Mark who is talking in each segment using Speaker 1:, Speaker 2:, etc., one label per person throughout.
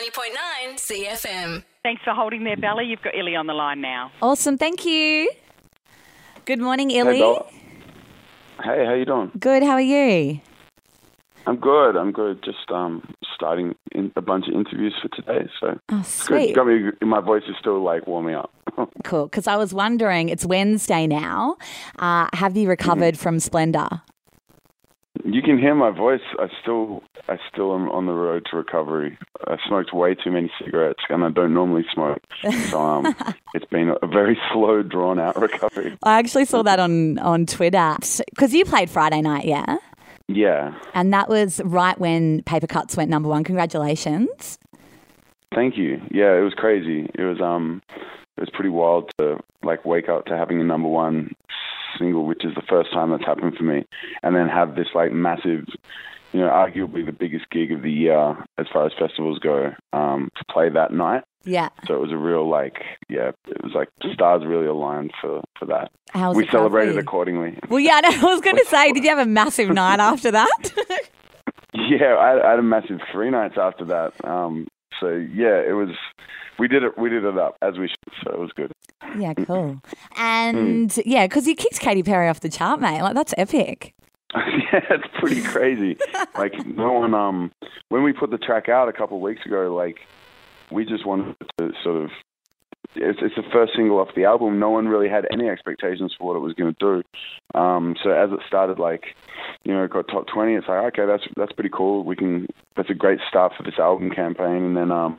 Speaker 1: 90.9 CFM.
Speaker 2: Thanks for holding there, Bella. You've got Illy on the line now.
Speaker 3: Awesome. Thank you. Good morning, Illy.
Speaker 4: Hey, Bella. Hey, how you doing?
Speaker 3: Good. How are you?
Speaker 4: I'm good. I'm good. Just um, starting in a bunch of interviews for today, so
Speaker 3: Oh,
Speaker 4: it's good.
Speaker 3: sweet.
Speaker 4: Got me. My voice is still like warming up.
Speaker 3: Cool. Because I was wondering, it's Wednesday now. Uh, have
Speaker 4: Mm-hmm.
Speaker 3: you recovered from Splendor?
Speaker 4: you can hear my voice. I still, I still am on the road to recovery. I smoked way too many cigarettes, and I don't normally smoke, so um, it's been a very slow, drawn out recovery.
Speaker 3: I actually saw that on, on Twitter. Because you played Friday night, yeah?
Speaker 4: Yeah.
Speaker 3: And that was right when Paper Cuts went number one. Congratulations.
Speaker 4: Thank you. Yeah, it was crazy. It was um, it was pretty wild to like wake up to having a number one single, which is the first time that's happened for me, and then have this like massive, you know, arguably the biggest gig of the year as far as festivals go, um, to play that night.
Speaker 3: Yeah.
Speaker 4: So it was a real like, yeah, it was like stars really aligned for for that.
Speaker 3: How was
Speaker 4: we
Speaker 3: it going
Speaker 4: celebrated
Speaker 3: for you?
Speaker 4: accordingly.
Speaker 3: Well, yeah, no, I was going to say, did you have a massive night after that?
Speaker 4: Yeah, I, I had a massive three nights after that. Um, so yeah, it was. We did it. We did it up as we should. So it was good.
Speaker 3: yeah, cool. And yeah, because you kicked Katy Perry off the chart, mate. Like, that's epic.
Speaker 4: yeah, it's pretty crazy. like no one um when we put the track out a couple of weeks ago, like we just wanted to sort of it's, it's the first single off the album. No one really had any expectations for what it was going to do. Um, so as it started, like you know, it got top twenty. It's like okay, that's that's pretty cool. We can that's a great start for this album campaign. And then um,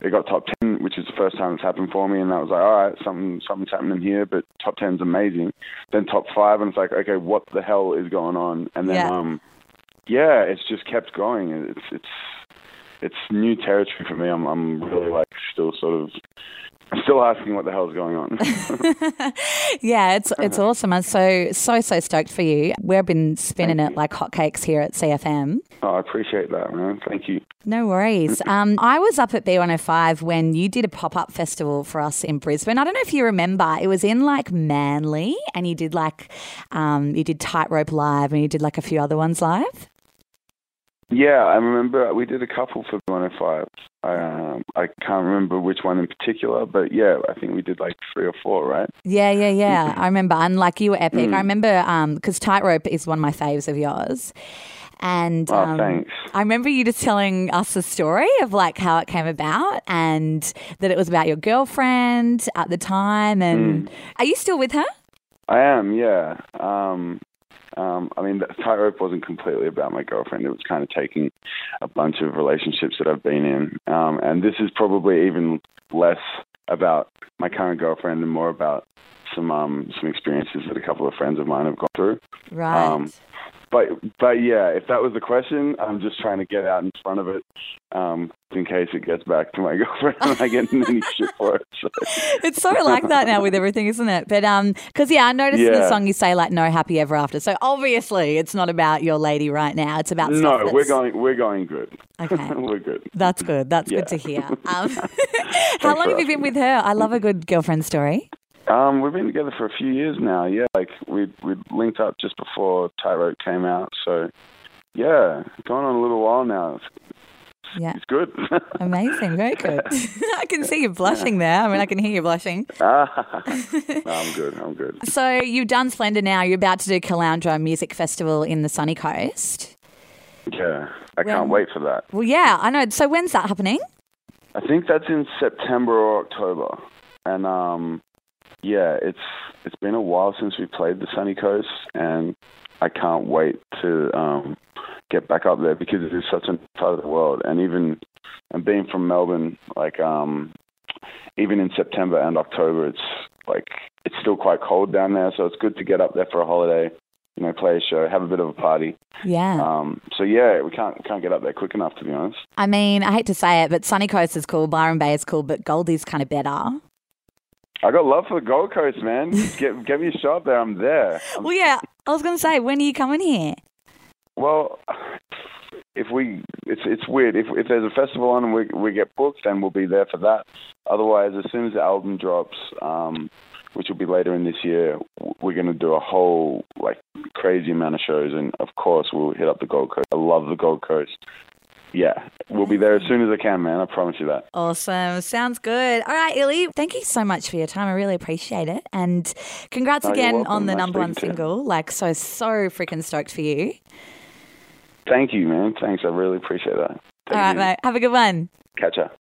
Speaker 4: it got top ten, which is the first time it's happened for me. And that was like all right, something something's happening here. But top ten's amazing. Then top five, and it's like okay, what the hell is going on? And then
Speaker 3: Yeah.
Speaker 4: um, yeah, it's just kept going. It's it's it's new territory for me. I'm I'm really like still sort of I'm still asking what the hell's going on.
Speaker 3: Yeah, it's it's awesome. I'm so so so stoked for you. We've been spinning it like hotcakes here at CFM.
Speaker 4: oh, I appreciate that, man. Thank you.
Speaker 3: No worries. Um, I was up at B105 when you did a pop up festival for us in Brisbane. I don't know if you remember. It was in like Manly, and you did like um, you did Tightrope live, and you did like a few other ones live.
Speaker 4: Yeah, I remember we did a couple for 105. I um, I can't remember which one in particular, but yeah, I think we did like three or four, right?
Speaker 3: Yeah, yeah, yeah. I remember. And like you were epic.
Speaker 4: Mm.
Speaker 3: I remember because Tightrope is one of my faves of yours. And
Speaker 4: Oh,
Speaker 3: um,
Speaker 4: thanks.
Speaker 3: I remember you just telling us the story of like how it came about and that it was about your girlfriend at the time. And
Speaker 4: Mm.
Speaker 3: are you still with her?
Speaker 4: I am, yeah. Um, um, I mean, that tightrope wasn't completely about my girlfriend. It was kind of taking a bunch of relationships that I've been in, um, and this is probably even less about my current girlfriend and more about some um, some experiences that a couple of friends of mine have gone through.
Speaker 3: Right.
Speaker 4: Um, But but yeah, if that was the question, I'm just trying to get out in front of it, um, in case it gets back to my girlfriend and I get any shit for it. So.
Speaker 3: it's sort of like that now with everything, isn't it? But um, because yeah, I noticed in the
Speaker 4: Yeah.
Speaker 3: song you say like no happy ever after. So obviously it's not about your lady right now. It's about stuff
Speaker 4: No,
Speaker 3: that's-
Speaker 4: we're going we're going good.
Speaker 3: Okay.
Speaker 4: we're good.
Speaker 3: That's good. That's
Speaker 4: Yeah.
Speaker 3: good to hear. Um, how long
Speaker 4: for
Speaker 3: have you been
Speaker 4: asking.
Speaker 3: with her? I love a good girlfriend story.
Speaker 4: Um, we've been together for a few years now. Yeah, like we we linked up just before Tyroke came out. So yeah, going on a little while now. It's,
Speaker 3: Yeah, Um,
Speaker 4: it's good.
Speaker 3: amazing. Very good. I can see you blushing there. I mean, I can hear you blushing.
Speaker 4: Ah, no, I'm good. I'm good.
Speaker 3: So you've done Splendor now. You're about to do Caloundra Music Festival in the Sunny Coast.
Speaker 4: Yeah, I
Speaker 3: Well-
Speaker 4: can't wait for that.
Speaker 3: Well, yeah, I know. So when's that happening?
Speaker 4: I think that's in September or October, and um, yeah, it's it's been a while since we played the Sunny Coast, and I can't wait to um, get back up there because it is such a part of the world, and even and being from Melbourne, like um, even in September and October, it's like it's still quite cold down there, so it's good to get up there for a holiday. You know, play a show, have a bit of a party.
Speaker 3: Yeah.
Speaker 4: Um, so yeah, we can't can't get up there quick enough, to be honest.
Speaker 3: I mean, I hate to say it, but Sunny Coast is cool. Byron Bay is cool, but Goldie's kind of better.
Speaker 4: I got love for the Gold Coast, man. Get get me a shot there. I'm there. I'm-
Speaker 3: Well, yeah, I was going to say, when are you coming here?
Speaker 4: well, if we, it's it's weird. If if there's a festival on and we we get booked, then we'll be there for that. Otherwise, as soon as the album drops, um, which will be later in this year, w- we're gonna do a whole like crazy amount of shows, and of course we'll hit up the Gold Coast. I love the Gold Coast. yeah, we'll be there as soon as I can, man. I promise you that.
Speaker 3: Awesome. Sounds good. All right, Illy, thank you so much for your time. I really appreciate it. And congrats
Speaker 4: No, Oh, you're
Speaker 3: again
Speaker 4: welcome.
Speaker 3: on the
Speaker 4: Nice
Speaker 3: number one
Speaker 4: speaking to you.
Speaker 3: single. Like, so, so freaking stoked for you.
Speaker 4: Thank you, man. Thanks. I really appreciate that.
Speaker 3: All
Speaker 4: Take it
Speaker 3: right,
Speaker 4: easy.
Speaker 3: mate. Have a good one.
Speaker 4: Catch ya.